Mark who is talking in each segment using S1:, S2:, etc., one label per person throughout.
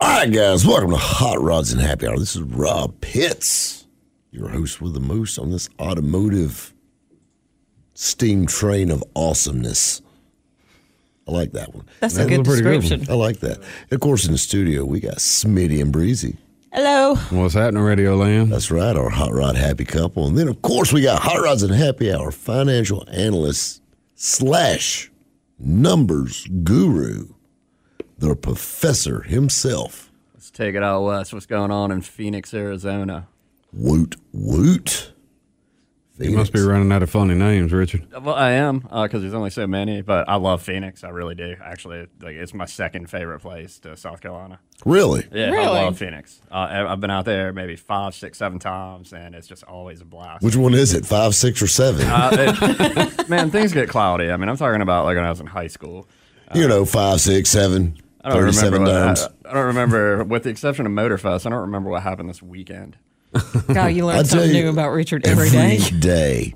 S1: All right, guys, welcome to Hot Rods and Happy Hour. This is Rob Pitts, your host with the Moose on this automotive steam train of awesomeness. I like that one.
S2: That's
S1: That
S2: a good
S1: was pretty one.
S2: description.
S1: I like that. And of course, in the studio, we got Smitty and Breezy.
S2: Hello.
S3: What's happening, Radio Land?
S1: That's right, our Hot Rod Happy Couple. And then, of course, we got Hot Rods and Happy Hour financial analyst slash numbers guru, the professor himself.
S4: Let's take it out west. What's going on in Phoenix, Arizona?
S1: Woot, woot.
S3: You must be running out of funny names, Richard.
S4: Well, I am because there's only so many, but I love Phoenix. I really do. Actually, like it's my second favorite place to South Carolina.
S1: Really?
S4: Yeah,
S2: Really?
S4: I love Phoenix. Uh, I- I've been out there maybe five, six, seven times, and it's just always a blast.
S1: Which one is it? Five, six, or seven?
S4: Uh, it- man, things get cloudy. I mean, I'm talking about like when I was in high school.
S1: you know, five, six, seven,
S4: I don't remember.
S1: thirty-seven
S4: What, I,
S1: times.
S4: I don't remember, with the exception of Motorfest, I don't remember what happened this weekend.
S2: God, you
S1: I
S2: learn
S1: tell
S2: something
S1: you,
S2: new about Richard every day.
S1: day.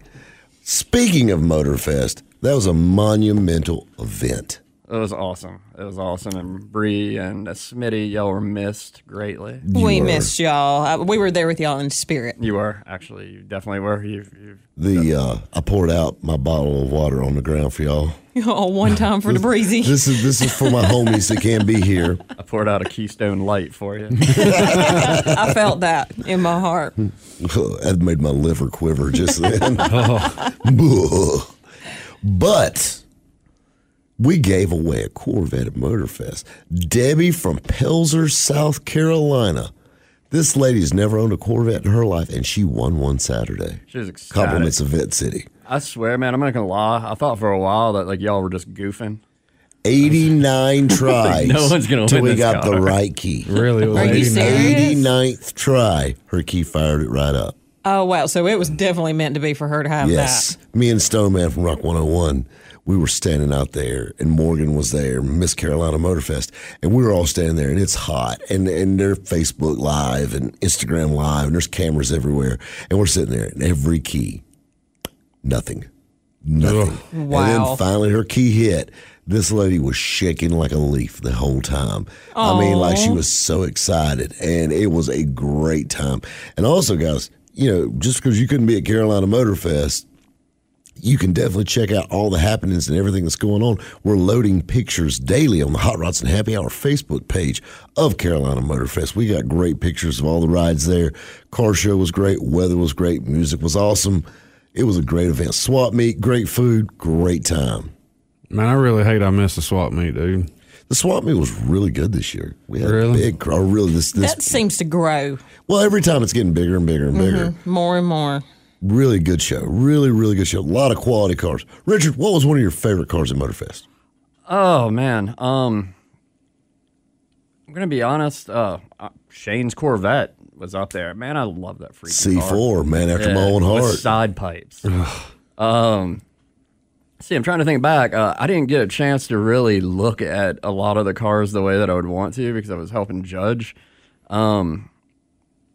S1: Speaking of Motorfest, that was a monumental event.
S4: It was awesome. It was awesome. And Bree and Smitty, y'all were missed greatly.
S2: We
S1: were-
S2: missed y'all. I, we were there with y'all in spirit.
S4: You were actually. You definitely were. You. you
S1: The uh, I poured out my bottle of water on the ground for y'all.
S2: All Oh, one time for the breezy.
S1: This is this is for my homies that can't be here.
S4: I poured out a Keystone Light for you.
S2: I felt that in my heart.
S1: that made my liver quiver just then. but we gave away a Corvette at Motorfest. Debbie from Pelzer, South Carolina. This lady's never owned a Corvette in her life, and she won one Saturday.
S4: She was ecstatic.
S1: Compliments of Vet City.
S4: I swear, man, I'm not gonna lie. I thought for a while that like y'all were just goofing.
S1: 89 tries.
S4: No one's gonna
S1: till
S4: win
S1: we
S4: this
S1: got the
S4: car.
S1: right key.
S3: Really? It was
S2: Are you
S3: 89.
S2: serious?
S1: 89th try, her key fired it right up.
S2: Oh wow! So it was definitely meant to be for her to have
S1: Yes. Me and Stoneman from Rock 101, we were standing out there, and Morgan was there, Miss Carolina Motorfest, and we were all standing there, and it's hot, and and they're Facebook Live and Instagram Live, and there's cameras everywhere, and we're sitting there, and every key, nothing, nothing. And
S2: Wow.
S1: then finally her key hit. This lady was shaking like a leaf the whole time.
S2: Oh,
S1: I mean, like she was so excited, and it was a great time. And also, guys, you know, just because you couldn't be at Carolina Motor Fest, you can definitely check out all the happenings and everything that's going on. We're loading pictures daily on the Hot Rods and Happy Hour Facebook page of Carolina Motor Fest. We got great pictures of all the rides there. Car show was great, weather was great, music was awesome. It was a great event. Swap meet, great food, great time.
S3: Man, I really hate I missed the swap meet, dude.
S1: The swap meet was really good this year. We had
S3: Really?
S1: big, or really this
S2: that.
S1: this.
S2: That seems to grow
S1: well, every time it's getting bigger and bigger and bigger.
S2: more and more.
S1: Really good show. Really, really good show. A lot of quality cars. Richard, what was one of your favorite cars at Motorfest?
S4: Oh man. Um. I'm gonna be honest. Uh, uh, Shane's Corvette was up there. Man, I love that freaking
S1: C
S4: car.
S1: four, man after my
S4: Yeah,
S1: own
S4: with
S1: heart.
S4: side pipes. um, see, I'm trying to think back. Uh, I didn't get a chance to really look at a lot of the cars the way that I would want to because I was helping judge. Um,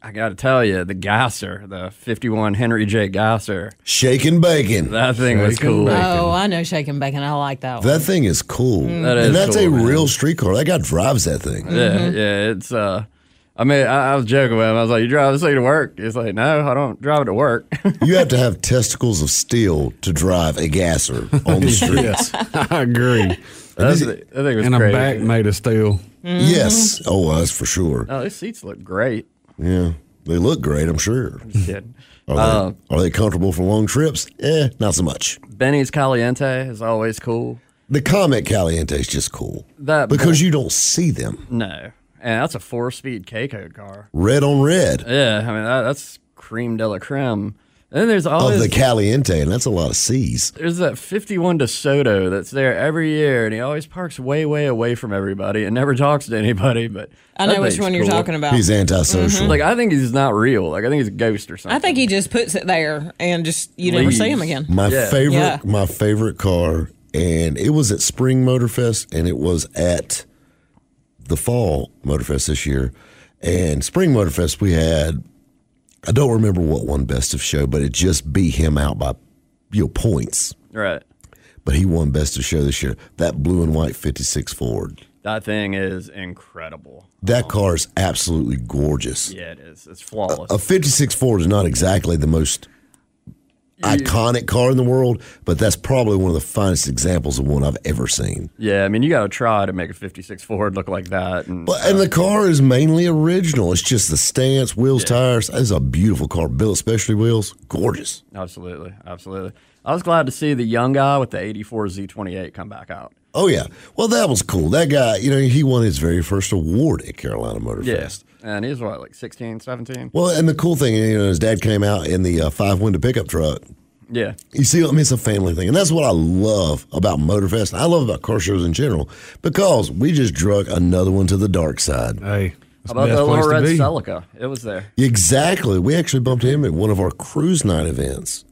S4: I got to tell you, the Gasser, the 51 Henry J. Gasser,
S1: Shaking bacon.
S4: that thing was
S3: Shaking
S4: cool.
S3: bacon.
S2: Oh, I know shaking bacon. I like that one.
S1: That thing is cool.
S4: Mm. That
S1: and
S4: is
S1: that's a
S4: cool, man.
S1: real street car. That guy drives that thing.
S4: Yeah, yeah, it's. Uh, I mean, I, I was joking with him. I was like, "You drive this thing to work?" He's like, "No, I don't drive it to work."
S1: You have to have testicles of steel to drive a gasser on the streets.
S3: I agree.
S4: That's, I think it was
S3: And a
S4: crazy.
S3: back made of steel.
S1: Yes. Oh, well, that's for sure.
S4: Oh, these seats look great.
S1: Yeah. They look great, I'm sure.
S4: Just kidding.
S1: Are they,
S4: Uh,
S1: are they comfortable for long trips? Eh, not so much.
S4: Benny's Caliente is always cool.
S1: The Comet Caliente is just cool
S4: That
S1: because you don't see them.
S4: no, and that's a four-speed K code car.
S1: Red on red.
S4: Yeah, I mean that, that's cream de la creme. And then there's
S1: of
S4: always
S1: the Caliente, and that's a lot of C's.
S4: there's that 51 to Soto that's there every year, and he always parks way, way away from everybody and never talks to anybody. But
S2: I
S4: that
S2: know which
S4: thing's
S2: one you're
S4: cool.
S2: talking about.
S1: He's antisocial.
S4: Mm-hmm. Like I think he's not real. Like I think he's a ghost or something.
S2: I think he just puts it there and just you never see him
S4: Leaves.
S2: again.
S1: My
S4: Yeah.
S1: favorite,
S2: Yeah.
S1: my favorite car, and it was at Spring Motor Fest, and it was at the Fall Motor Fest this year. And Spring Motor Fest, we had, I don't remember what one best of show, but it just beat him out by, you know, points.
S4: right.
S1: But he won best of show this year. That blue and white '56 Ford.
S4: That thing is incredible.
S1: That car is absolutely gorgeous.
S4: Yeah, it is. It's flawless.
S1: A '56 Ford is not exactly the most. Iconic car in the world, but that's probably one of the finest examples of one I've ever seen.
S4: yeah, I mean you got to try to make a 56 Ford look like that. And
S1: But and the car is mainly original. It's just the stance, wheels, tires. It's a beautiful car, built especially wheels. Gorgeous.
S4: absolutely, absolutely. I was glad to see the young guy with the 84 Z28 come back out.
S1: Oh yeah. Well, that was cool. That guy, you know, he won his very first award at Carolina Motor Fest.
S4: And he's what, like 16, 17?
S1: Well, and the cool thing, you know, his dad came out in the uh, five window pickup truck.
S4: Yeah.
S1: You see, I mean, it's a family thing, and that's what I love about Motorfest. I love about car shows in general because we just drug another one to the dark side.
S3: Hey, that's
S4: How
S3: the
S4: about
S3: best
S4: the
S3: place to
S4: little red
S3: be.
S4: Celica? It was there.
S1: Exactly. We actually bumped him at one of our cruise night events,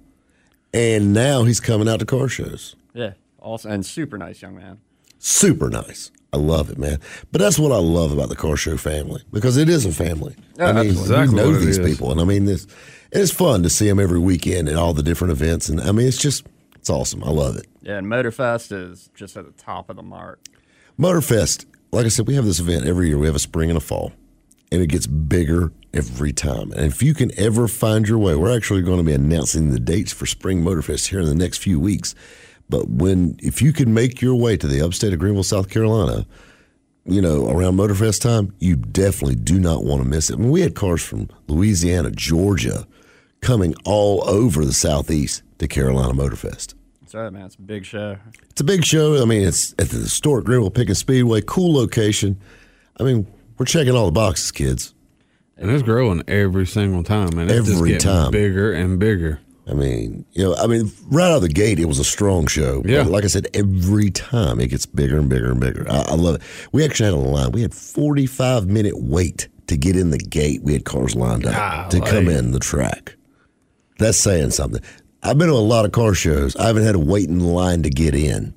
S1: and now he's coming out to car shows.
S4: Yeah. Also, and super nice young man.
S1: Super nice. I love it, man. But that's what I love about the car show family because it is a family.
S4: Yeah,
S1: I mean,
S4: that's
S3: exactly
S1: we know
S3: what it
S1: these
S3: is.
S1: people, and I mean this. It's fun to see them every weekend at all the different events, and I mean it's just it's awesome. I love it.
S4: Yeah, and Motorfest is just at the top of the mark.
S1: Motorfest, like I said, we have this event every year. We have a spring and a fall, and it gets bigger every time. And if you can ever find your way, we're actually going to be announcing the dates for Spring Motorfest here in the next few weeks. But when, if you can make your way to the upstate of Greenville, South Carolina, you know, around Motorfest time, you definitely do not want to miss it. I mean, we had cars from Louisiana, Georgia, coming all over the Southeast to Carolina Motorfest.
S4: That's right, man. It's a big show.
S1: It's a big show. I mean, it's at the historic Greenville Pickens Speedway. Cool location. I mean, we're checking all the boxes, kids.
S3: And it's growing every single time, and it's
S1: Every
S3: just getting
S1: time.
S3: bigger and bigger.
S1: I mean, you know, I mean, right out of the gate, it was a strong show.
S3: Yeah.
S1: But like I said, every time it gets bigger and bigger and bigger. I, I love it. We actually had a line. We had 45 minute wait to get in the gate. We had cars lined up to come in the track. That's saying something. I've been to a lot of car shows. I haven't had to wait in line to get in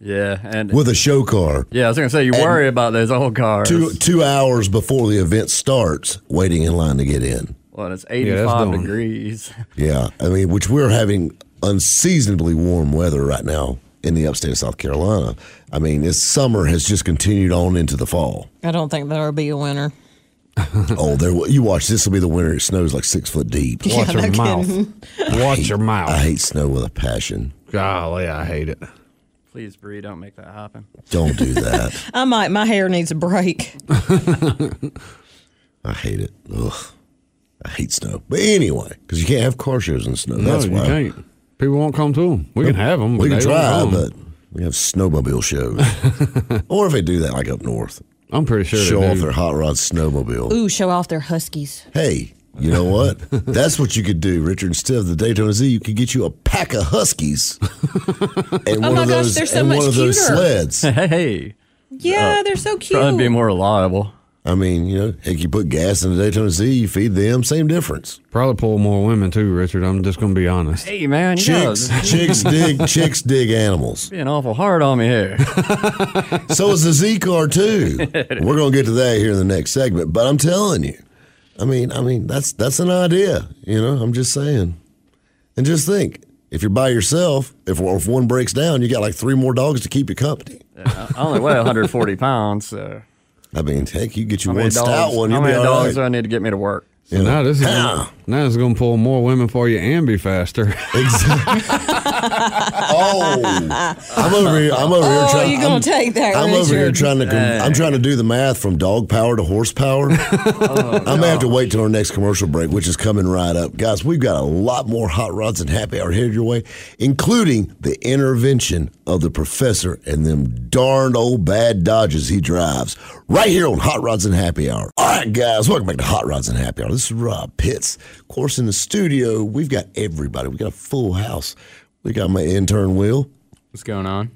S4: Yeah, and
S1: with a show car
S4: yeah, I was gonna say you worry about those old cars.
S1: two two hours before the event starts, waiting in line to get in.
S4: well, it's
S3: that's
S4: 85
S3: dumb.
S4: degrees.
S1: Yeah, I mean, which we're having unseasonably warm weather right now in the upstate of South Carolina. I mean, this summer has just continued on into the fall.
S2: I don't think there'll be a winner.
S1: oh, there you watch. This will be the winter. It snows like six foot deep.
S3: Watch
S2: no
S3: your mouth.
S2: kidding.
S3: Watch your mouth.
S1: I hate snow with a passion.
S3: Golly, I hate it.
S4: Please, Bree, don't make that happen.
S1: Don't do that.
S2: I might. My hair needs a break.
S1: I hate it. Ugh. I hate snow. But anyway, because you can't have car shows in snow. That's
S3: no,
S1: why
S3: you can't. People won't come to them. We can have them.
S1: we can
S2: um,
S1: try, but we have snowmobile shows. or if they do that, like up north.
S3: I'm pretty sure
S1: show
S3: they
S1: off
S3: do.
S1: their hot rod snowmobile.
S2: Ooh, show off their huskies.
S1: Hey, you know what? That's what you could do, Richard. Instead of the Daytona Z, you could get you a pack of Huskies and one
S2: Oh my
S1: of
S2: gosh,
S1: those
S2: they're so
S1: and one
S2: much
S1: of those
S2: cuter.
S1: sleds.
S4: Hey,
S2: Yeah, they're so cute.
S4: probably be more reliable.
S1: I mean, you know, heck, you put gas in the Daytona Z, you feed them, same difference.
S3: Probably pull more women too, Richard. I'm just gonna be honest.
S4: Hey, man, you
S1: Chicks,
S4: guys
S1: chicks dig, chicks dig animals.
S4: being awful hard on me here.
S1: So is the Z car too. We're gonna get to that here in the next segment. But I'm telling you, I mean, I mean that's that's an idea. You know, I'm just saying. And just think, if you're by yourself, if if one breaks down, you got like three more dogs to keep you company.
S4: I I only weigh 140 pounds, so
S1: I mean, heck, you get you
S4: how
S1: one
S4: many
S1: stout
S4: dogs,
S1: one,
S4: how
S1: you'll be
S4: many
S1: all
S4: dogs
S1: right.
S4: do I need to get me to work?
S3: So now this is
S1: Pow.
S3: gonna, now it's gonna pull more women for you and be faster.
S1: Exactly. oh, I'm over here. I'm over here
S2: Oh,
S1: trying.
S2: you gonna
S1: I'm,
S2: take that,
S1: I'm over here
S2: Richard.
S1: trying to. con- I'm trying to do the math from dog power to horsepower. I may have to wait till our next commercial break, which is coming right up, guys. We've got a lot more hot rods and happy hour headed your way, including the intervention of the professor and them darned old bad Dodges he drives. Right here on Hot Rods and Happy Hour. All right, guys, welcome back to Hot Rods and Happy Hour. This is Rob Pitts. Of course, in the studio, we've got everybody. We got a full house. We got my intern Will.
S4: What's going on?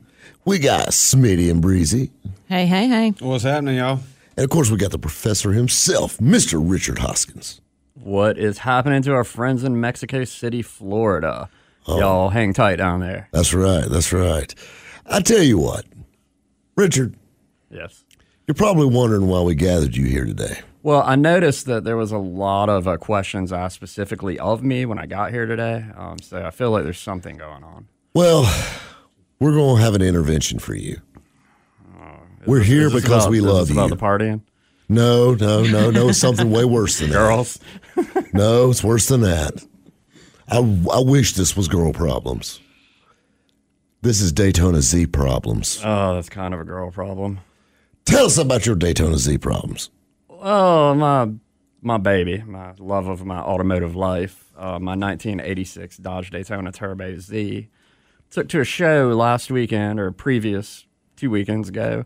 S1: We got Smitty and Breezy.
S2: Hey, hey, hey.
S3: What's happening, y'all?
S1: And of course, we got the professor himself, Mr. Richard Hoskins.
S4: What is happening to our friends in Mexico City, Florida?
S1: Oh.
S4: Y'all hang tight down there.
S1: That's right. That's right. I tell you what, Richard,
S4: Yes.
S1: you're probably wondering why we gathered you here today.
S4: Well, I noticed that there was a lot of uh, questions asked specifically of me when I got here today. Um, so I feel like there's something going on.
S1: Well, we're going to have an intervention for you. We're
S4: Oh, Is
S1: here
S4: this
S1: because
S4: about-
S1: we
S4: is this
S1: love
S4: About
S1: you.
S4: the partying,
S1: No, no, no, no. It's something way worse than that.
S4: girls.
S1: No, it's worse than that. I, I wish this was girl problems. This is Daytona Z problems.
S4: Oh, that's kind of a girl problem.
S1: Tell us about your Daytona Z problems.
S4: Oh, my my baby, my love of my automotive life, uh, my 1986 Dodge Daytona Turbo Z, took to a show last weekend or previous two weekends ago,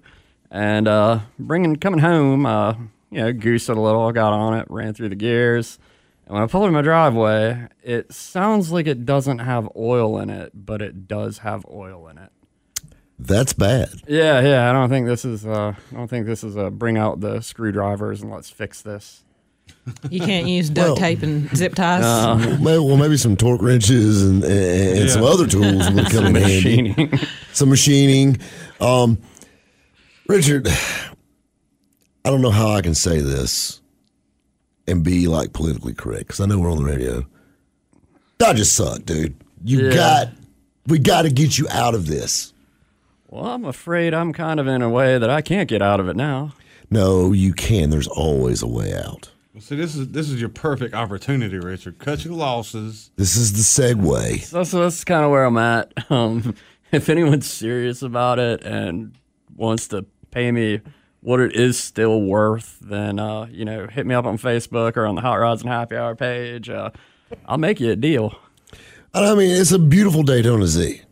S4: and uh, bringing coming home, uh, you know, goose it a little. I got on it, ran through the gears, and when I pulled in my driveway, it sounds like it doesn't have oil in it, but it does have oil in it.
S1: That's bad.
S4: Yeah, yeah. I don't think this is. Uh, I don't think this is a bring out the screwdrivers and let's fix this.
S2: You can't use duct
S1: Well- uh-huh.
S2: tape and zip ties.
S1: Well, may- well, maybe some torque wrenches and, and, and some other tools would come in handy.
S4: machining.
S1: Some machining. Um, Richard, I don't know how I can say this and be like politically correct because I know we're on the radio. Dodgers suck, dude. You
S4: Yeah.
S1: got, we got to get you out of this.
S4: well, I'm afraid I'm kind of in a way that I can't get out of it now.
S1: No, you can. There's always a way out.
S5: See, this is this is your perfect opportunity, Richard. Cut your losses.
S1: This is the segue.
S4: So that's, that's kind of where I'm at. Um, if anyone's serious about it and wants to pay me what it is still worth, then uh, you know, hit me up on Facebook or on the Hot Rods and Happy Hour page. Uh, I'll make you a deal.
S1: I mean, it's a beautiful Daytona Z,
S4: It is-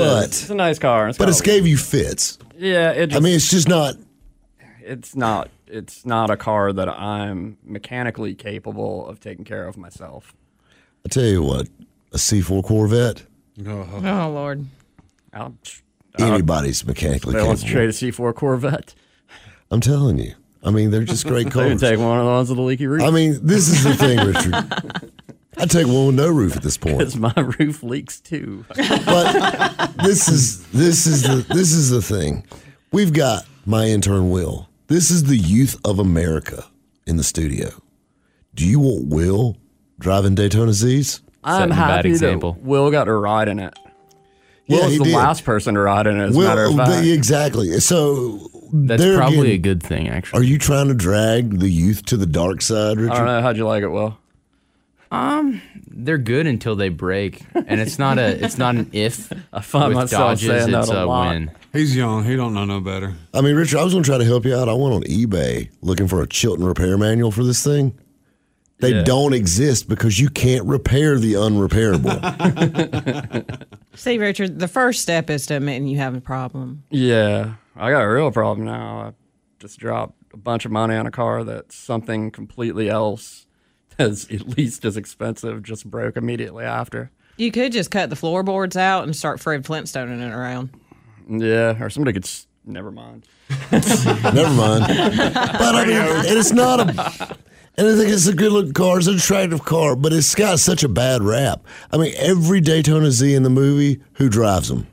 S1: But-
S4: it's a nice car.
S1: but
S4: got-
S1: it's gave you fits.
S4: yeah. It just,
S1: I mean, it's just not
S4: it's not it's not a car that I'm mechanically capable of taking care of myself.
S1: I tell you what, a C4 Corvette,
S3: Uh-huh.
S2: oh, Lord.
S4: I'll, Uh-huh.
S1: anybody's mechanically
S4: they want to
S1: capable.
S4: trade a C4 Corvette.
S1: I'm telling you. I mean, they're just great
S4: They can
S1: cars.
S4: take one of the ones with the leaky roof.
S1: I mean, this is the thing, Richard. I take one with no roof at this point.
S4: because my roof leaks too.
S1: But this is this is the this is the thing. We've got my intern Will. This is the youth of America in the studio. Do you want Will driving Daytona Z's?
S4: I'm
S6: Setting a bad
S4: happy
S6: example.
S4: that Will got to ride in it. Will
S1: Yeah,
S4: was
S1: he
S4: the
S1: did.
S4: last person to ride in it, as a
S1: Will,
S4: matter of fact.
S1: they- exactly. So
S6: That's
S1: they're
S6: probably
S1: getting-
S6: a good thing, actually.
S1: Are you trying to drag the youth to the dark side, Richard?
S4: I don't know. How'd you like it, Will?
S6: They're good until they break, and it's not a it's not an if.
S4: I find
S6: With
S4: myself
S6: Dodges,
S4: saying
S6: it's
S4: that a
S6: a
S4: lot.
S6: win.
S3: He's young. He don't know no better.
S1: I mean, Richard, I was going to try to help you out. I went on eBay looking for a Chilton repair manual for this thing. They don't exist because you can't repair the unrepairable.
S2: See, Richard, the first step is to admitting you have a problem.
S4: Yeah, I got a real problem now. I just dropped a bunch of money on a car that's something completely else that's at least as expensive just broke immediately after.
S2: You could just cut the floorboards out and start Fred Flintstoning it around.
S4: Yeah, or somebody could. S- Never mind.
S1: Never mind. But I mean, and it's not a. And I think it's a good looking car. It's an attractive car, but it's got such a bad rap. I mean, every Daytona Z in the movie, who drives them?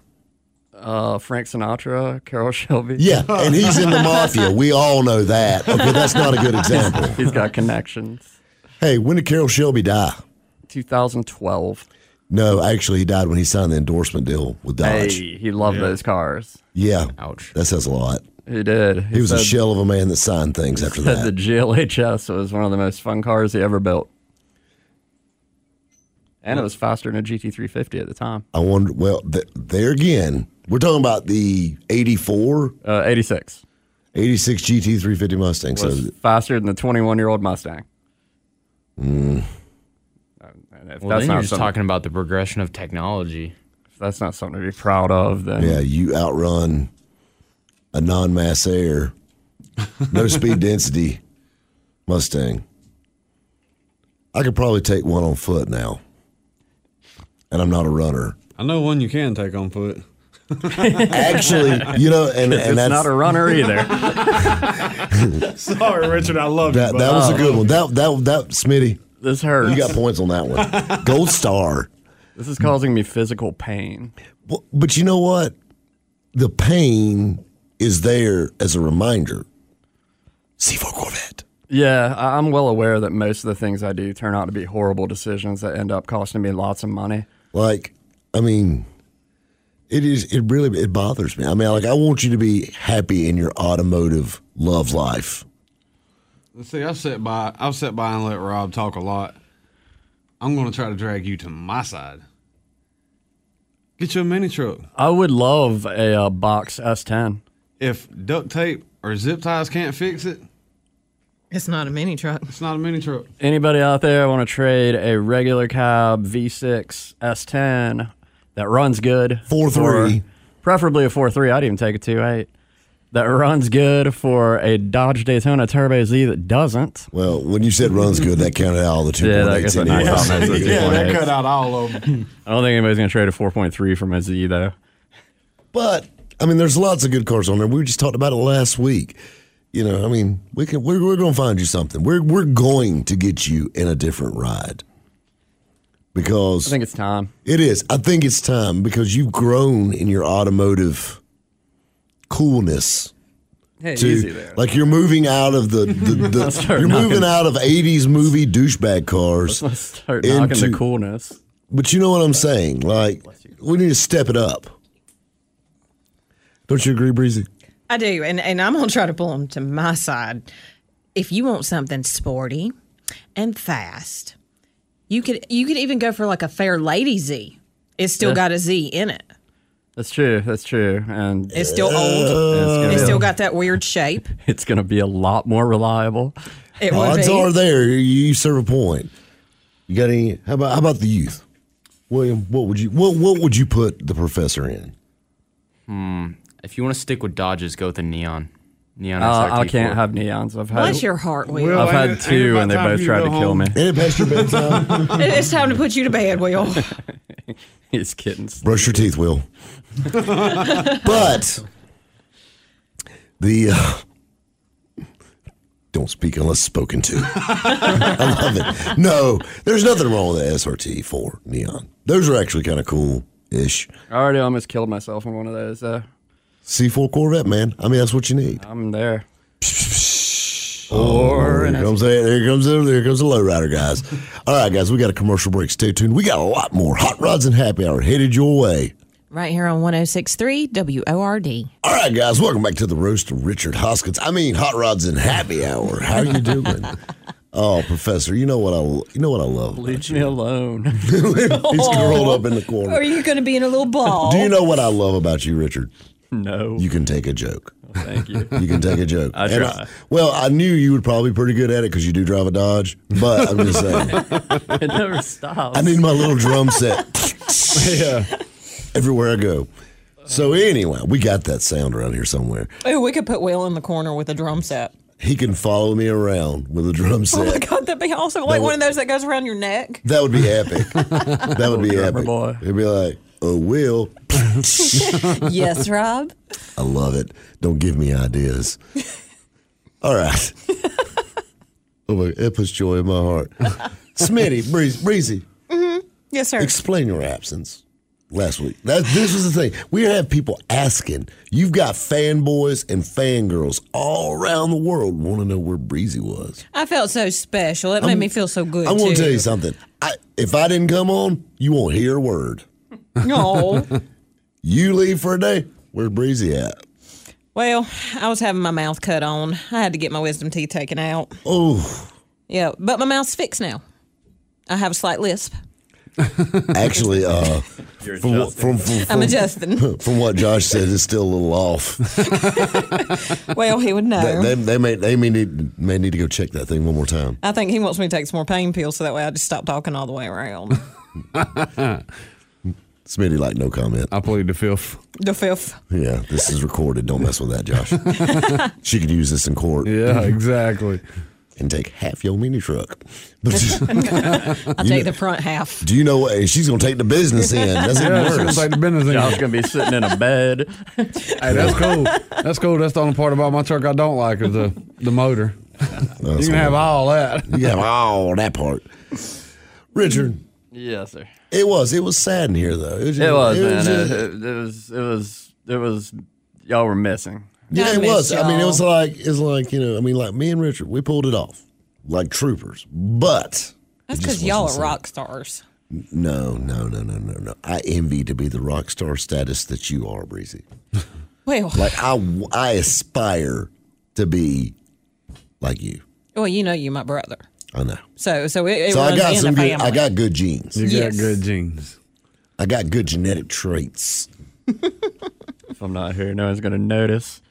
S4: Uh, Frank Sinatra, Carol Shelby.
S1: Yeah, and he's in the mafia. We all know that. Okay, that's not a good example.
S4: He's got connections.
S1: Hey, when did Carol Shelby die?
S4: 2012.
S1: No, actually, he died when he signed the endorsement deal with Dodge.
S4: Hey, he loved those cars.
S1: Yeah.
S6: Ouch.
S1: That says a lot.
S4: He did.
S1: He was a
S4: said-
S1: shell of a man that signed things after
S4: Said the
S1: that.
S4: GLHS was one of the most fun cars he ever built. And it was faster than a GT350 at the time.
S1: I wonder, well, th- there again, we're talking about the 84,
S4: Uh, 86
S1: 86 GT350 Mustang.
S4: was
S1: So,
S4: faster than the 21 year old Mustang. Mm. If that's
S6: Well, then you're
S4: not
S6: just
S4: something,
S6: talking about the progression of technology.
S4: if that's not something to be proud of. Then
S1: yeah, you outrun a non mass air, no speed density Mustang. I could probably take one on foot now, and I'm not a runner.
S3: I know one you can take on foot.
S1: Actually, you know, and, and
S4: it's
S1: that's
S4: not a runner either.
S5: Sorry, Richard. I love
S1: that.
S5: you.
S1: That was a
S4: um,
S1: good one. That that that Smitty,
S4: this hurts.
S1: you got points on that one. Gold star.
S4: this is causing me physical pain.
S1: Well, But you know what? The pain is there as a reminder. C4 Corvette.
S4: Yeah, I- I'm well aware that most of the things I do turn out to be horrible decisions that end up costing me lots of money.
S1: Like, I mean, it is. It really it bothers me. I mean, like, I want you to be happy in your automotive love life.
S3: See, I've sat by, I've sat by and let Rob talk a lot. I'm going to try to drag you to my side. Get you a mini truck.
S4: I would love a uh, box S10.
S3: If duct tape or zip ties can't fix it,
S2: It's not a mini truck.
S3: it's not a mini truck.
S4: Anybody out there want to trade a regular cab V6 S10 that runs good?
S1: Four three.
S4: for- Preferably a 4.3. I'd even take a 2.8. That runs good for a Dodge Daytona Turbo Z that doesn't.
S1: Well, when you said runs good, that counted out all the two
S4: Yeah,
S1: point
S4: I
S1: eights
S4: guess that knocks
S1: anyway.
S4: off most of the
S3: Yeah, that
S4: 2.8s.
S3: cut out all of them.
S4: I don't think anybody's going to trade a 4.3 from a Z, though.
S1: But I mean, there's lots of good cars on there. We just talked about it last week. You know, I mean, we can we're, we're going to find you something. We're we're going to get you in a different ride because
S4: I think it's time.
S1: it is. I think it's time because you've grown in your automotive coolness.
S4: Hey,
S1: To,
S4: easy there.
S1: Like you're moving out of the, the, the
S4: start
S1: you're moving out
S4: knocking.
S1: of 80s movie douchebag cars.
S4: Let's start knocking the
S1: into-
S4: coolness.
S1: But you know what I'm saying? Like we need to step it up. Don't you agree, Breezy?
S2: I do, and and I'm gonna try to pull them to my side. If you want something sporty and fast, you could you could even go for like a fair lady Z. It's still got a Z in it.
S4: That's true. That's true. And
S2: It's still old.
S4: gonna,
S2: It's
S4: be,
S2: still got that weird shape.
S4: it's gonna be a lot more reliable.
S2: It would
S1: Odds
S2: be.
S1: are there. You you serve a point. You got any? How about how about the youth, William? What would you what what would you put the professor in?
S6: If you want to stick with Dodges, go with the neon. Neon.
S4: Uh,
S6: SRT4.
S4: I can't have neons. I've had
S2: Bless your heart, Will.
S4: I've
S3: Well, ain't
S4: had
S3: it- ain't it
S4: two,
S3: about
S4: and they
S3: time
S4: both
S3: you
S4: tried
S3: go
S4: to kill
S3: home?
S4: me.
S1: And it past your bedtime.
S2: it's time to put you to bed, Will.
S4: He's kittens.
S1: Brush your teeth, Will. but the uh, don't speak unless spoken to. I love it. No, there's nothing wrong with the SRT four neon. Those are actually kind of cool ish.
S4: I already almost killed myself in one of those. Uh,
S1: C4 Corvette, man. I mean, that's what you need.
S4: I'm there.
S1: Or there comes there, there comes the, there comes the lowrider, guys. All right, guys, we got a commercial break. Stay tuned. We got a lot more hot rods and happy hour headed your way.
S2: Right here on 1063 WORD.
S1: All right, guys, welcome back to the roast of Richard Hoskins. I mean, hot rods and happy hour. How are you doing? oh, Professor, you know what I you know what I love. about
S4: Leave me alone.
S1: you? He's curled up in the
S2: Are
S1: corner.
S2: you going to be in a little ball?
S1: Do you know what I love about you, Richard?
S4: no,
S1: You can take a joke.
S4: thank you.
S1: You can take a joke.
S4: I
S1: And
S4: try.
S1: well, I knew you were probably pretty good at it because you do drive a Dodge. But I'm just saying.
S4: It never stops.
S1: I need my little drum set. yeah. Everywhere I go. So anyway, we got that sound around here somewhere.
S2: Oh, we could put Will in the corner with a drum set.
S1: He can follow me around with a drum
S2: Oh my
S1: set.
S2: God, that'd be awesome. Like
S1: would-
S2: one of those that goes around your neck.
S1: that would be epic. That would be
S4: Little drummer
S1: epic.
S4: boy.
S1: He'd be like, "Oh, will,
S2: yes, Rob.
S1: I love it. Don't give me ideas." All right. Oh my, it puts joy in my heart. Smitty, Breezy, Breezy,
S2: Yes, sir.
S1: explain your absence last week. That this was the thing. We have people asking. You've got fanboys and fangirls all around the world want to know where Breezy was.
S2: I felt so special. It made me feel so good.
S1: I'm going
S2: too.
S1: to tell you something. I, if I didn't come on, you won't hear a word.
S2: No.
S1: You leave for a day. Where's Breezy at?
S2: well, I was having my mouth cut on. I had to get my wisdom teeth taken out.
S1: Oh,
S2: Yeah, but my mouth's fixed now. I have a slight lisp.
S1: actually, uh, from, what- from, from, from,
S2: I'm adjusting.
S1: from what Josh said, it's still a little off.
S2: well, he would know.
S1: They, they, they may they may need may need to go check that thing one more time.
S2: I think he wants me to take some more pain pills so that way I just stop talking all the way around.
S1: Smitty, like, no comment.
S3: I plead the fifth.
S2: the fifth.
S1: Yeah, this is recorded. Don't mess with that, Josh. she could use this in court.
S3: Yeah, exactly.
S1: and take half your mini truck. But
S2: I'll take the front half.
S1: do you know what? And she's gonna take the business in. That's even
S3: Yeah,
S1: worse.
S3: sounds like the business. in
S4: Y'all's
S3: here.
S4: gonna be sitting in a bed.
S3: Hey, that's cool. That's cool. That's the only part about my truck I don't like is the the motor.
S1: No,
S3: You
S1: it's
S3: can
S1: not.
S3: have all that.
S1: You have all that part. Richard,
S4: yes, sir.
S1: it was it was sad in here though. It was,
S4: It was, man.
S1: just-
S4: It, it- it was, it was, it was. Y'all were missing.
S1: yeah,
S2: I
S1: it
S2: miss
S1: was. I mean, it
S2: y'all.
S1: was like it's like you know. I mean, like me and Richard, we pulled it off like troopers. But
S2: That's
S1: it just
S2: because y'all are
S1: wasn't
S2: rock stars.
S1: the same. No, no, no, no, no, no. I envy to be the rock star status that you are, Breezy.
S2: Well,
S1: Like I, I aspire to be like you.
S2: well, you know you my brother.
S1: I know.
S2: So so it, it
S1: So
S2: runs
S1: I got
S2: in
S1: some
S2: the
S1: good.
S2: family.
S1: I got good genes.
S3: You
S2: Yes.
S3: got good genes.
S1: I got good genetic traits.
S4: If I'm not here, no one's gonna notice.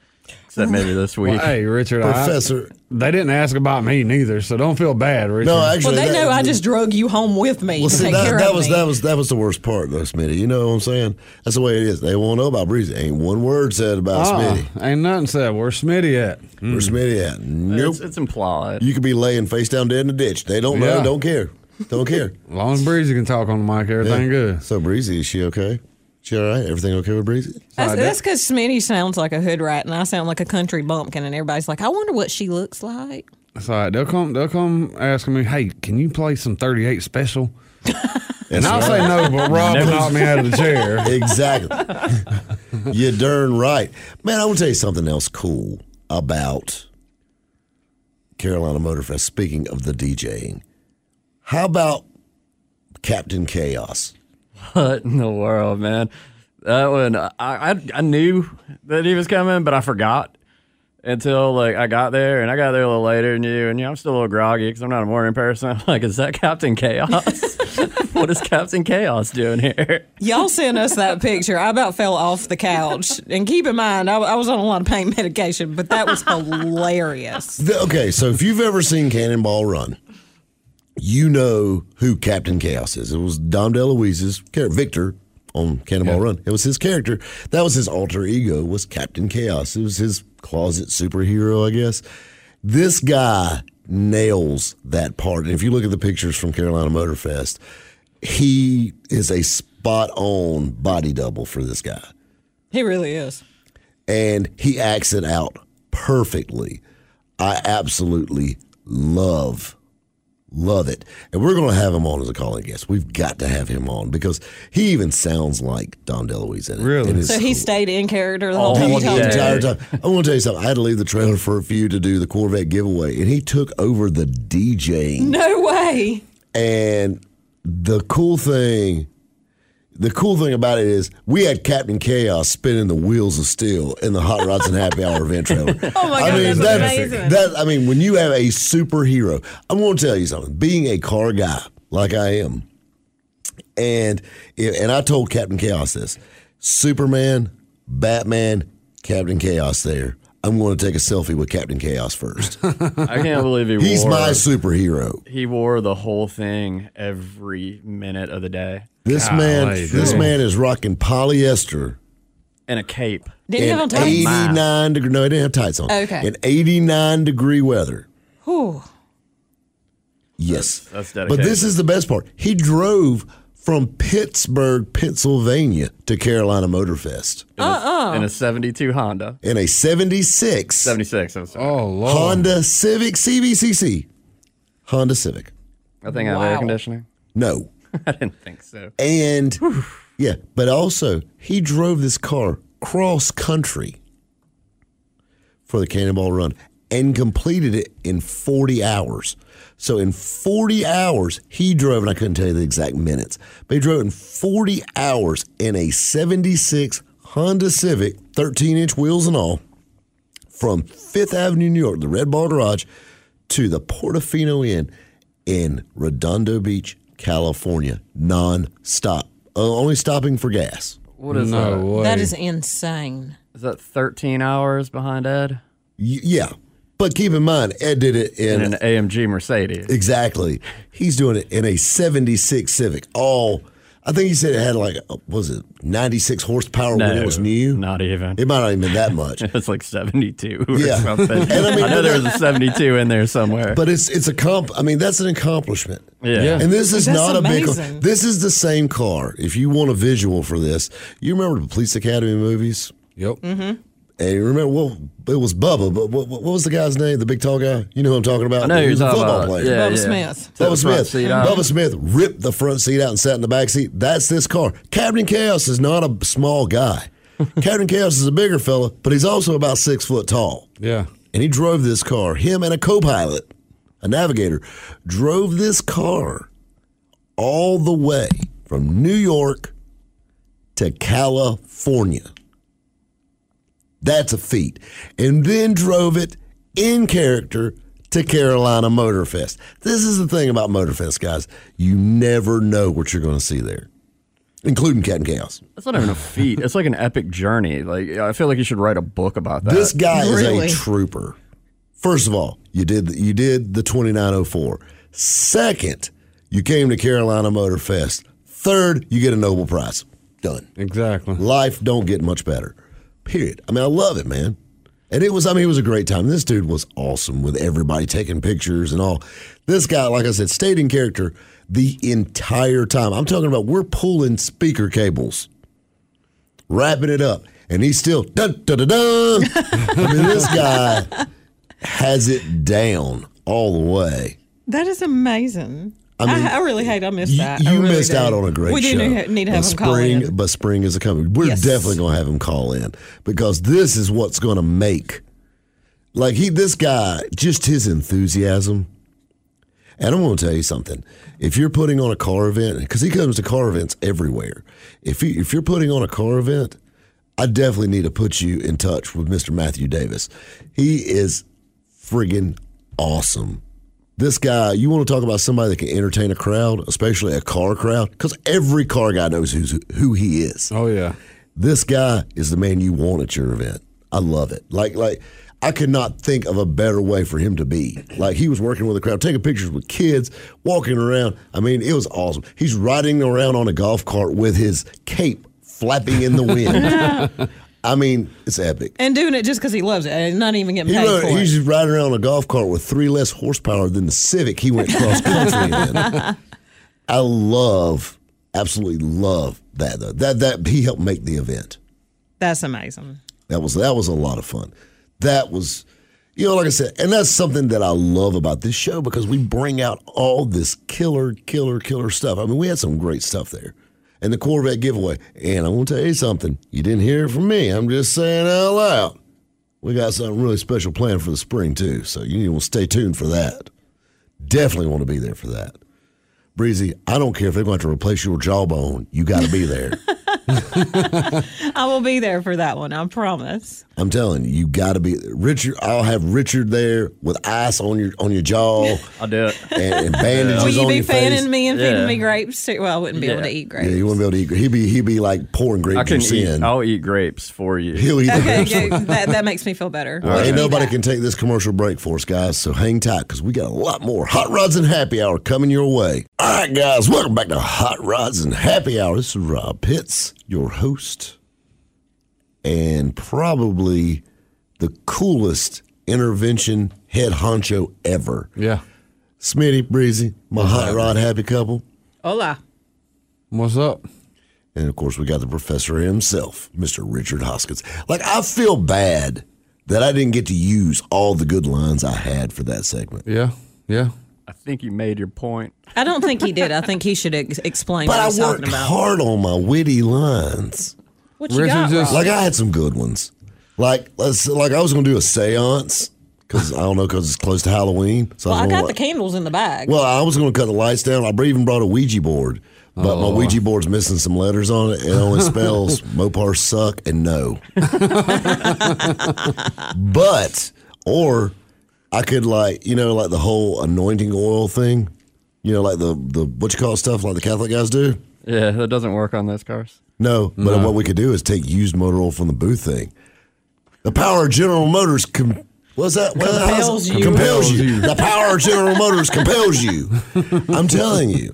S4: Except maybe this week.
S3: Hey, Richard, I-
S1: Professor.
S3: they didn't ask about me neither, so don't feel bad, Richard.
S1: No, actually,
S2: well,
S1: that-
S2: they know I just drug you home with me
S1: Well,
S2: to
S1: see,
S2: take
S1: that,
S2: care
S1: that
S2: of
S1: was
S2: me.
S1: that was that was the worst part, though, Smitty. You know what I'm saying? That's the way it is. They won't know about Breezy. Ain't one word said about
S3: Uh-uh.
S1: Smitty.
S3: ain't nothing said. Where's Smitty at?
S1: Where Smitty at? Nope.
S4: it's, it's implied.
S1: you could be laying face down dead in the ditch. They don't know.
S3: Yeah.
S1: Don't care. Don't care.
S3: As long as Breezy can talk on the mic, everything good.
S1: So Breezy, is she okay? She all right? Everything okay with Breezy?
S3: I
S2: That's
S3: did-
S2: that's because Smitty sounds like a hood rat and I sound like a country bumpkin, and everybody's like, I wonder what she looks like.
S3: It's all right. They'll come. They'll come asking me, "Hey, can you play some 38 special?" And I'll say no, but Rob will knock me out of the chair.
S1: Exactly. You're darn right, man. I want to tell you something else cool about Carolina Motor Fest. Speaking of the DJing, how about Captain Chaos?
S4: What in the world, man? That one, I, I, I knew that he was coming, but I forgot until like I got there, and I got there a little later than you, and you know, I'm still a little groggy because I'm not a morning person. I'm like, is that Captain Chaos? what is Captain Chaos doing here?
S2: Y'all sent us that picture. I about fell off the couch. And keep in mind, I, I was on a lot of pain medication, but that was hilarious.
S1: The- okay, so if you've ever seen Cannonball Run, you know who Captain Chaos is. It was Dom DeLuise's character, Victor on Cannonball Run. It was his character. That was his alter ego. Was Captain Chaos. It was his closet superhero, I guess. This guy nails that part. And if you look at the pictures from Carolina Motor Fest, he is a spot on body double for this guy
S2: He really is.
S1: and he acts it out perfectly. I absolutely love, love it. And we're going to have him on as a calling guest. We've got to have him on because he even sounds like Don DeLuise in it.
S3: Really?
S1: And it's
S2: So he
S1: cool.
S2: stayed in character the whole
S4: Oh,
S2: time.
S1: The
S2: you told
S4: yeah.
S2: me.
S1: entire time. I want to tell you something. I had to leave the trailer for a few to do the Corvette giveaway, and he took over the DJing.
S2: No way.
S1: And the cool thing, the cool thing about it is we had Captain Chaos spinning the wheels of steel in the Hot Rods and Happy Hour event trailer.
S2: Oh my God, that's amazing.
S1: That, I mean, when you have a superhero, I'm going to tell you something. Being a car guy like I am, and and I told Captain Chaos this: Superman, Batman, Captain Chaos. There, I'm going to take a selfie with Captain Chaos first.
S4: I can't believe he
S1: He's
S4: wore.
S1: my superhero.
S4: he wore the whole thing every minute of the day,
S1: This man,
S3: Golly,
S1: this
S3: dude.
S1: man is rocking polyester
S4: and a cape.
S2: Didn't you
S1: in
S2: have on
S1: eighty
S2: time?
S1: nine degree. No, he didn't have tights on.
S2: Okay.
S1: in eighty nine degree weather.
S2: Whew.
S1: Yes,
S4: That's
S1: But this
S4: dedication.
S1: is the best part. He drove from Pittsburgh, Pennsylvania, to Carolina Motor Fest
S4: In uh-uh. a, in a '72 Honda,
S1: in a seventy six
S4: '76. I'm sorry.
S3: Oh lord.
S1: Honda Civic CVCC. Honda Civic.
S4: I think I have air conditioning.
S1: No,
S4: I didn't think so.
S1: and yeah, but also he drove this car cross country for the Cannonball Run and completed it in 40 hours. So in 40 hours he drove, and I couldn't tell you the exact minutes, but he drove in 40 hours in a 76 Honda Civic, 13 inch wheels and all, from Fifth Avenue, New York, the Red Ball Garage, to the Portofino Inn in Redondo Beach, California, non-stop, uh, only stopping for gas.
S4: What is
S3: no
S4: that?
S3: way.
S2: That is insane.
S4: Is that 13 hours behind Ed?
S1: Y- yeah, but keep in mind, Ed did it in,
S4: In an AMG Mercedes.
S1: exactly. He's doing it in a '76 Civic, all. I think he said it had like uh, what was it 96 horsepower when it was new.
S4: Not even.
S1: It might not even been that much.
S4: It's like 72 or
S1: Yeah.
S4: something.
S1: And I
S4: I,
S1: mean,
S4: know there was a 72 in there somewhere.
S1: But it's it's a comp. I mean, that's an accomplishment.
S4: yeah.
S6: Yeah.
S1: And this is
S2: That's
S1: not a big.
S2: amazing.
S1: This is the same car. If you want a visual for this, you remember the Police Academy movies,
S5: Yep.
S2: Mm-hmm.
S1: and you remember well, it was Bubba, but what, what was the guy's name? The big tall guy. You know who I'm talking about?
S4: I know
S1: He
S4: you're
S1: was a
S4: talking
S1: football
S4: about.
S1: player.
S4: Yeah,
S2: Bubba
S4: yeah.
S2: Smith.
S4: Took
S1: Bubba
S4: the
S1: Smith.
S4: front seat out.
S1: Bubba Smith ripped the front seat out and sat in the back seat. That's this car. Captain Chaos is not a small guy. Captain Chaos is a bigger fella, but he's also about six foot tall.
S5: Yeah.
S1: And he drove this car. Him and a co pilot, a navigator, drove this car all the way from New York to California. That's a feat. And then drove it in character to Carolina Motorfest. This is the thing about Motorfest, guys. You never know what you're going to see there, including Cat and Chaos.
S4: That's not even a feat. It's like an epic journey. Like I feel like you should write a book about that.
S1: This guy
S2: Really?
S1: is a trooper. First of all, you did you did the 2904. Second, you came to Carolina Motor Fest. Third, you get a Nobel Prize. Done.
S5: Exactly.
S1: Life don't get much better. Period. I mean, I love it, man. And it was, I mean, it was a great time. This dude was awesome with everybody taking pictures and all. This guy, like I said, stayed in character the entire time. I'm talking about we're pulling speaker cables, wrapping it up, and he's still dun dun dun dun. I mean, this guy has it down all the way.
S2: That is amazing. I,
S1: mean,
S2: I, really hate I missed
S1: You,
S2: that. I
S1: you
S2: really
S1: missed
S2: do.
S1: out on a great
S2: we
S1: show.
S2: do need- need to
S1: And
S2: have him
S1: spring,
S2: call in.
S1: But spring is a coming. We're
S2: Yes.
S1: definitely going to have him call in because this is what's going to make. Like he, this guy, just his enthusiasm. And I'm going to tell you something. If you're putting on a car event, because he comes to car events everywhere. If you, if you're putting on a car event, I definitely need to put you in touch with Mr. Matthew Davis. He is friggin' awesome. This guy, you want to talk about somebody that can entertain a crowd, especially a car crowd, because every car guy knows who's who he is.
S5: Oh yeah.
S1: This guy is the man you want at your event. I love it. Like like I could not think of a better way for him to be. Like he was working with a crowd, taking pictures with kids, walking around. I mean, it was awesome. He's riding around on a golf cart with his cape flapping in the wind. I mean, it's epic.
S2: and doing it just because he loves it and not even getting
S1: He
S2: paid
S1: rode,
S2: for
S1: he's
S2: it.
S1: just riding around on a golf cart with three less horsepower than the Civic he went cross country in. I love, absolutely love that though. That that he helped make the event.
S2: That's amazing.
S1: That was that was a lot of fun. That was, you know, like I said, and that's something that I love about this show because we bring out all this killer, killer, killer stuff. I mean, we had some great stuff there, and the Corvette giveaway. And I'm gonna tell you something you didn't hear it from me. I'm just saying it out loud. We got something really special planned for the spring too, so you need to stay tuned for that. Definitely want to be there for that. Breezy, I don't care if they're going to have to replace your jawbone. You got to be there.
S2: I will be there for that one. I promise.
S1: I'm telling you, you got to be Richard. I'll have Richard there with ice on your on your jaw
S4: I'll do it.
S1: and, and bandages
S2: Will
S1: on
S2: you be
S1: your
S2: fanning
S1: face.
S2: me and feeding
S4: Yeah.
S2: me grapes too? Well, I wouldn't be able to
S4: Yeah.
S2: eat
S1: Yeah,
S2: grapes.
S1: you won't be able to eat. He'd be he'd be like pouring grape
S4: I can
S1: juice
S4: eat.
S1: in.
S4: I'll eat grapes for you.
S1: He'll eat.
S2: okay,
S1: Okay,
S2: go, that, that makes me feel better. Give
S1: Ain't
S2: me
S1: nobody
S2: that.
S1: can take this commercial break for us, guys. So hang tight because we got a lot more hot rods and happy hour coming your way. All right, guys, welcome back to Hot Rods and Happy Hour. This is Rob Pitts, your host, and probably the coolest intervention head honcho ever.
S5: Yeah.
S1: Smitty, Breezy, my hot rod happy couple.
S2: Hola.
S5: What's up?
S1: And of course, we got the professor himself, Mr. Richard Hoskins. Like, I feel bad that I didn't get to use all the good lines I had for that segment.
S5: Yeah. Yeah.
S4: I think you made your point.
S2: I don't think he did. I think he should ex- explain
S1: But
S2: what
S1: I
S2: he's talking
S1: worked
S2: about.
S1: hard on my witty lines.
S2: What you
S5: Richard
S2: got,
S5: just-
S2: Rob?
S1: Like, I had some good ones. Like, let's, like I was going to do a seance because I don't know, because it's close to Halloween. So
S2: Well, I
S1: don't
S2: got
S1: know
S2: the candles in the bag.
S1: Well, I was going to cut the lights down. I even brought a Ouija board, but my Ouija board's missing some letters on it. It only spells Mopar suck and no. but, or I could like, you know, like the whole anointing oil thing, you know, like the, the what you call stuff like the Catholic guys do.
S4: Yeah, that doesn't work on those cars.
S1: No, but what we could do is take used motor oil from the booth thing. The power of General Motors com- what's that? What- how's-
S2: Compels you.
S1: Compels you. The power of General Motors compels you. I'm telling you.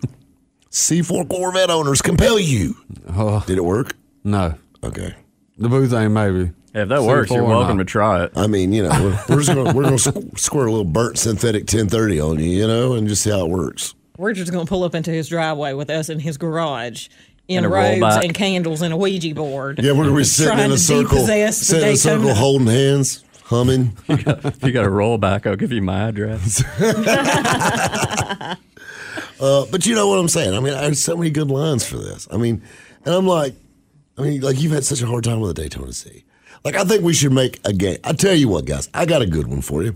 S1: C4 Corvette owners compel you.
S2: Oh.
S1: Did it work?
S3: No.
S1: Okay.
S3: The booth thing, maybe.
S4: If that works, you're
S3: C4 or
S4: welcome
S3: not.
S4: to try it.
S1: I mean, you know, we're, we're just gonna we're gonna squ- squirt a little burnt synthetic 1030 on you, you know, and just see how it works.
S2: We're just gonna pull up into his driveway with us in his garage in
S4: And a
S2: robes
S4: rollback.
S2: and candles and a Ouija board.
S1: Yeah, we're gonna be sitting
S2: Trying
S1: in a
S2: to
S1: circle,
S2: depossess the
S1: sitting in a
S2: Daytona.
S1: circle, holding hands, humming.
S4: If you got a rollback, I'll give you my address.
S1: Uh, but you know what I'm saying? I mean, there's so many good lines for this. I mean, and I'm like, I mean, like you've had such a hard time with the Daytona Sea. Like, I think we should make a game. I tell you what, guys, I got a good one for you.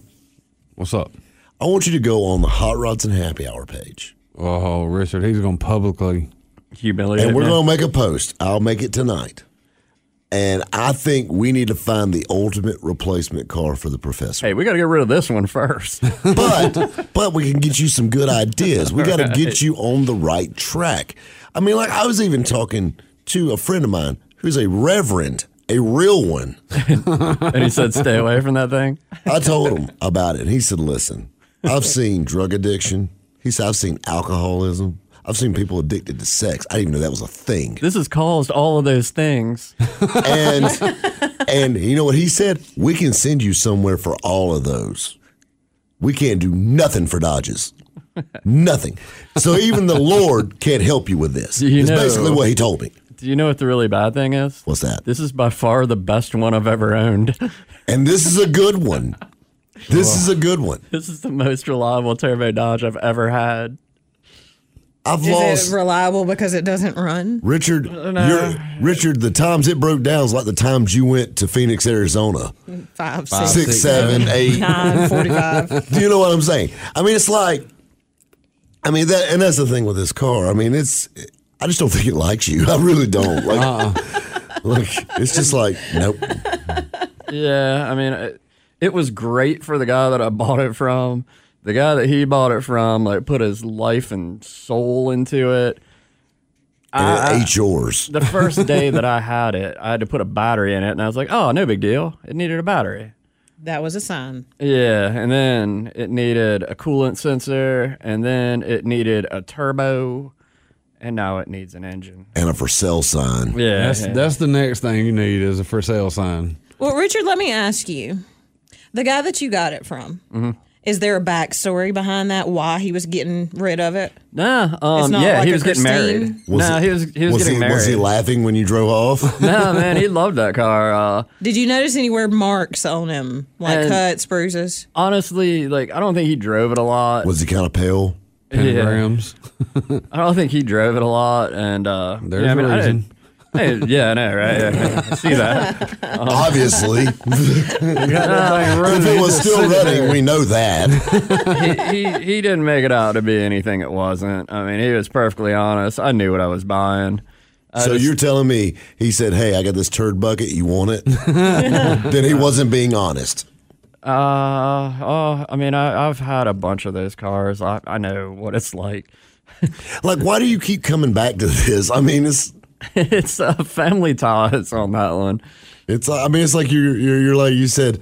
S3: What's up?
S1: I want you to go on the Hot Rods and Happy Hour page.
S3: Oh, Richard, he's going to publicly.
S4: Humiliate
S1: And we're
S4: me.
S1: going to make a post. I'll make it tonight. And I think we need to find the ultimate replacement car for the professor.
S4: Hey, we got to get rid of this one first.
S1: But but we can get you some good ideas. We got to get you on the right track. I mean, like I was even talking to a friend of mine who's a reverend, a real one.
S4: and he said, "Stay away from that thing."
S1: I told him about it. and He said, "Listen, I've seen drug addiction. He said I've seen alcoholism. I've seen people addicted to sex. I didn't even know that was a thing."
S4: This has caused all of those things.
S1: and and you know what he said? We can send you somewhere for all of those. We can't do nothing for Dodges. Nothing. So even the Lord can't help you with this.
S4: You
S1: it's
S4: know-
S1: basically what he told me.
S4: Do you know what the really bad thing is?
S1: What's that?
S4: This is by far the best one I've ever owned.
S1: And this is a good one. This is a good one.
S4: This is the most reliable turbo Dodge I've ever had.
S1: I've
S2: Is
S1: lost
S2: it reliable because it doesn't run?
S1: Richard. Your, Richard, the times it broke down is like the times you went to Phoenix, Arizona.
S2: Five,
S1: Six, seven, eight.
S2: nine, forty-five.
S1: Do you know what I'm saying? I mean, it's like, I mean that, and that's the thing with this car. I mean, it's, I just don't think it likes you. I really don't. Like,
S4: Uh-uh.
S1: like it's just like, nope.
S4: Yeah, I mean, it, it was great for the guy that I bought it from. The guy that he bought it from, like, put his life and soul into it.
S1: And it ate yours.
S4: The first day that I had it, I had to put a battery in it, and I was like, "Oh, no big deal. It needed a battery."
S2: That was a sign.
S4: Yeah, and then it needed a coolant sensor, and then it needed a turbo, and now it needs an engine.
S1: And a for sale sign.
S4: Yeah,
S3: That's,
S4: yeah.
S3: that's the next thing you need is a for sale sign.
S2: Well, Richard, let me ask you: the guy that you got it from, is there a backstory behind that? Why he was getting rid of it?
S4: nah. Um,
S2: not
S4: yeah,
S2: like
S4: he
S2: a
S4: was getting
S2: Christine?
S4: married. no, he was he was, getting
S1: he,
S4: married.
S1: Was he laughing when you drove off?
S4: no, man, he loved that car. Uh,
S2: Did you notice anywhere marks on him, like
S4: And-
S2: cuts, bruises?
S4: honestly, like I don't think he drove it a lot.
S1: Was he kind of pale?
S3: Pentagrams.
S4: I don't think he drove it a lot, and uh,
S3: There's
S4: yeah, I mean,
S3: a
S4: I
S3: reason.
S4: didn't- hey, yeah, I know, right? Yeah, I see that?
S1: Obviously, if
S4: Nah, like,
S1: it was still running, we know that.
S4: he, he he didn't make it out to be anything it wasn't. I mean, he was perfectly honest. I knew what I was buying.
S1: so you're telling me he said, "Hey, I got this turd bucket. You want it?" then he wasn't being honest.
S4: Uh, oh, I mean, I, I've had a bunch of those cars. I, I know what it's like.
S1: Like, why do you keep coming back to this? I mean, it's
S4: it's uh, family ties on that one.
S1: It's like- I mean, it's like you're you're, you're like you said.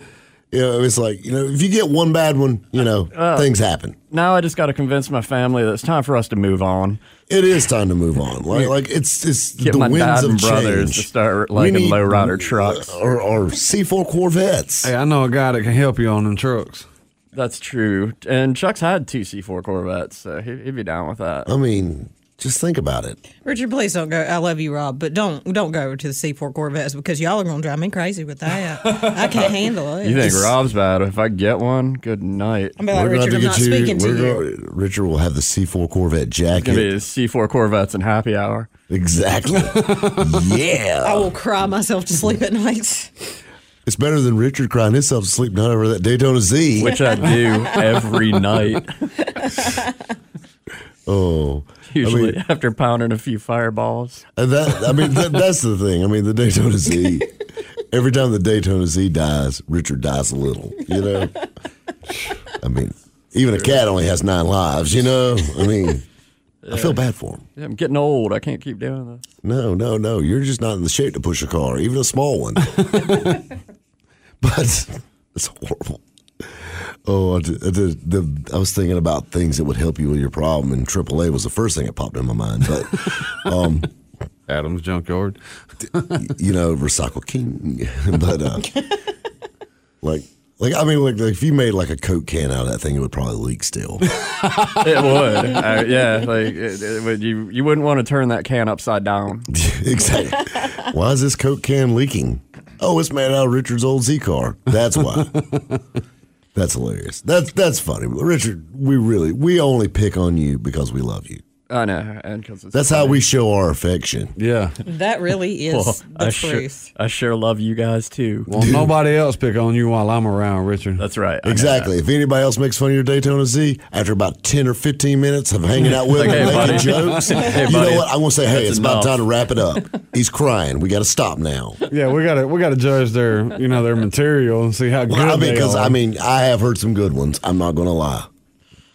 S1: You know, it's like you know, if you get one bad one, you know,
S4: Oh.
S1: things happen.
S4: Now I just got to convince my family that it's time for us to move on.
S1: It is time to move on. Like, like it's it's
S4: Get
S1: the
S4: my
S1: winds
S4: dad
S1: of
S4: and brothers
S1: change.
S4: to start
S1: We
S4: liking
S1: need-
S4: lowrider trucks.
S1: or, or C four Corvettes.
S3: Hey, I know a guy that can help you on them trucks.
S4: That's true. And Chuck's had two C4 Corvettes, so he, he'd be down with that.
S1: I mean, just think about it.
S2: Richard, please don't go. I love you, Rob, but don't don't go to the C4 Corvettes because y'all are gonna drive me crazy with that. I can't handle it.
S4: You think Rob's bad? If I get one, good night.
S2: I'm like Richard. I'm not speaking to
S1: we're
S2: you.
S1: gonna- Richard will have the C four Corvette
S4: Gonna be
S1: jacket.
S4: C4 Corvettes and happy hour.
S1: Exactly.
S2: I
S1: yeah,
S2: will cry myself to sleep at night.
S1: it's better than Richard crying himself to sleep not over that Daytona Z.
S4: which I do every night.
S1: oh,
S4: Usually after pounding a few fireballs.
S1: And that I mean that, that's the thing. I mean the Daytona Z. Every time the Daytona Z dies, Richard dies a little. You know. I mean, even a cat only has nine lives. You know. I mean, I feel bad for him.
S4: Yeah, I'm getting old. I can't keep doing this.
S1: No, no, no. You're just not in the shape to push a car, even a small one. but it's horrible. Oh, I, did, I, did, the, I was thinking about things that would help you with your problem, and AAA was the first thing that popped in my mind. But, um,
S3: Adam's junkyard.
S1: you know, recycle king. but, uh, like, like I mean, like, like if you made like a Coke can out of that thing, it would probably leak still.
S4: It would. Uh, yeah, like it, it would, you you wouldn't want to turn that can upside down.
S1: exactly. Why is this Coke can leaking? Oh, it's made out of Richard's old Z car. That's why. that's hilarious. That's that's funny. Richard, we really we only pick on you because we love you.
S4: I know, and 'cause it's
S1: That's how we show our affection.
S3: Yeah.
S2: That really is
S4: Well,
S2: the
S4: I sure,
S2: truth.
S4: I sure love you guys too.
S3: Well, nobody else pick on you while I'm around, Richard.
S4: That's right. I know
S1: Exactly. If anybody else makes fun of your Daytona Z, after about ten or fifteen minutes of hanging out with
S4: Like,
S1: him, and
S4: hey,
S1: making
S4: buddy.
S1: jokes, you
S4: buddy.
S1: know what? I'm gonna say, hey,
S4: That's
S1: it's about
S4: enough.
S1: time to wrap it up. He's crying. We got to stop now.
S3: Yeah, we gotta we gotta judge their you know their material and see how good
S1: Well, I mean,
S3: they
S1: because
S3: are.
S1: I mean, I have heard some good ones. I'm not gonna lie.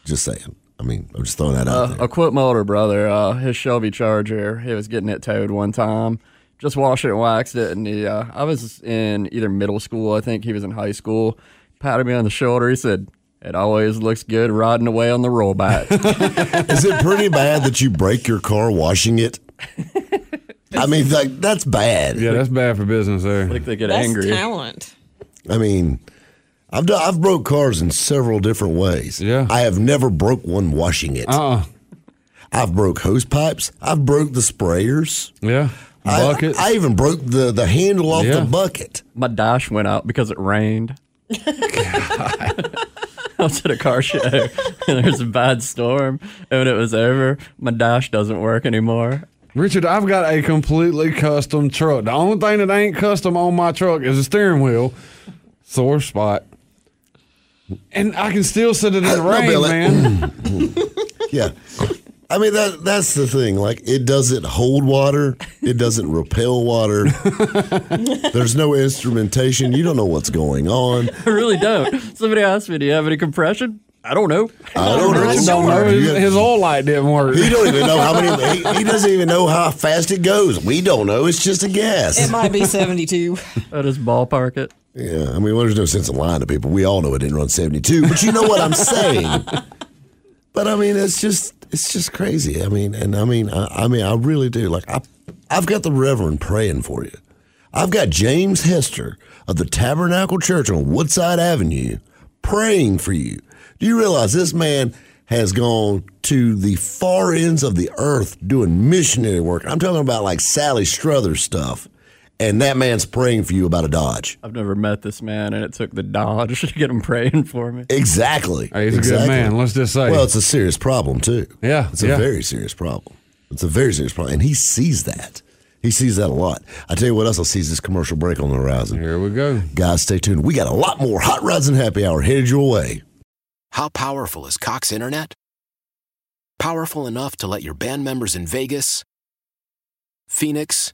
S1: Just saying. I mean, I'm just throwing that out
S4: Uh,
S1: there.
S4: a quick motor brother, uh, his Shelby Charger, he was getting it towed one time. Just washed it and waxed it, and he, uh, I was in either middle school, I think he was in high school. Patted me on the shoulder. He said, "It always looks good riding away on the rollback."
S1: Is it pretty bad that you break your car washing it? I mean, like that's bad.
S3: yeah, that's bad for business there.
S4: like they get
S2: That's
S4: angry.
S2: talent.
S1: I mean, I've done, I've broke cars in several different ways.
S3: Yeah.
S1: I have never broke one washing it.
S3: Uh-uh.
S1: I've broke hose pipes. I've broke the sprayers.
S3: Yeah.
S1: I-
S3: Bucket.
S1: I, even broke the the handle off
S3: Yeah.
S1: the bucket.
S4: My dash went out because it rained. I was at a car show and there was a bad storm, and when it was over, my dash doesn't work anymore.
S3: Richard, I've got a completely custom truck. The only thing that ain't custom on my truck is the steering wheel, sore spot. And I can still sit it in the
S1: No,
S3: rain,
S1: Billy.
S3: man.
S1: Yeah. I mean that that's the thing. Like it doesn't hold water. It doesn't repel water. There's no instrumentation. You don't know what's going on.
S4: I really don't. Somebody asked me, "Do you have any compression?" I don't know.
S1: I don't know.
S3: Richard don't know. His, his oil light didn't work.
S1: He don't even know how many. He, he doesn't even know how fast it goes. We don't know. It's just a
S2: It
S1: guess.
S2: might be 72.
S4: I just ballpark it.
S1: Yeah, I mean, well, there's no sense in lying to people. We all know it didn't run 72, but you know what I'm saying. but I mean, it's just it's just crazy. I mean, and I mean, I, I mean, I really do. Like I, I've got the Reverend praying for you. I've got James Hester of the Tabernacle Church on Woodside Avenue praying for you. Do you realize this man has gone to the far ends of the earth doing missionary work? I'm talking about like Sally Struthers stuff, and that man's praying for you about a Dodge.
S4: I've never met this man, and it took the Dodge to get him praying for me.
S1: Exactly.
S3: Hey, he's
S1: exactly.
S3: a good man. Let's just say.
S1: Well, it's a serious problem too.
S3: Yeah,
S1: it's a
S3: yeah.
S1: very serious problem. It's a very serious problem, and he sees that. He sees that a lot. I tell you what else I sees this commercial break on the horizon.
S3: Here we go.
S1: Guys, stay tuned. We got a lot more hot rods and happy hour headed your way.
S7: How powerful is Cox Internet? Powerful enough to let your band members in Vegas, Phoenix,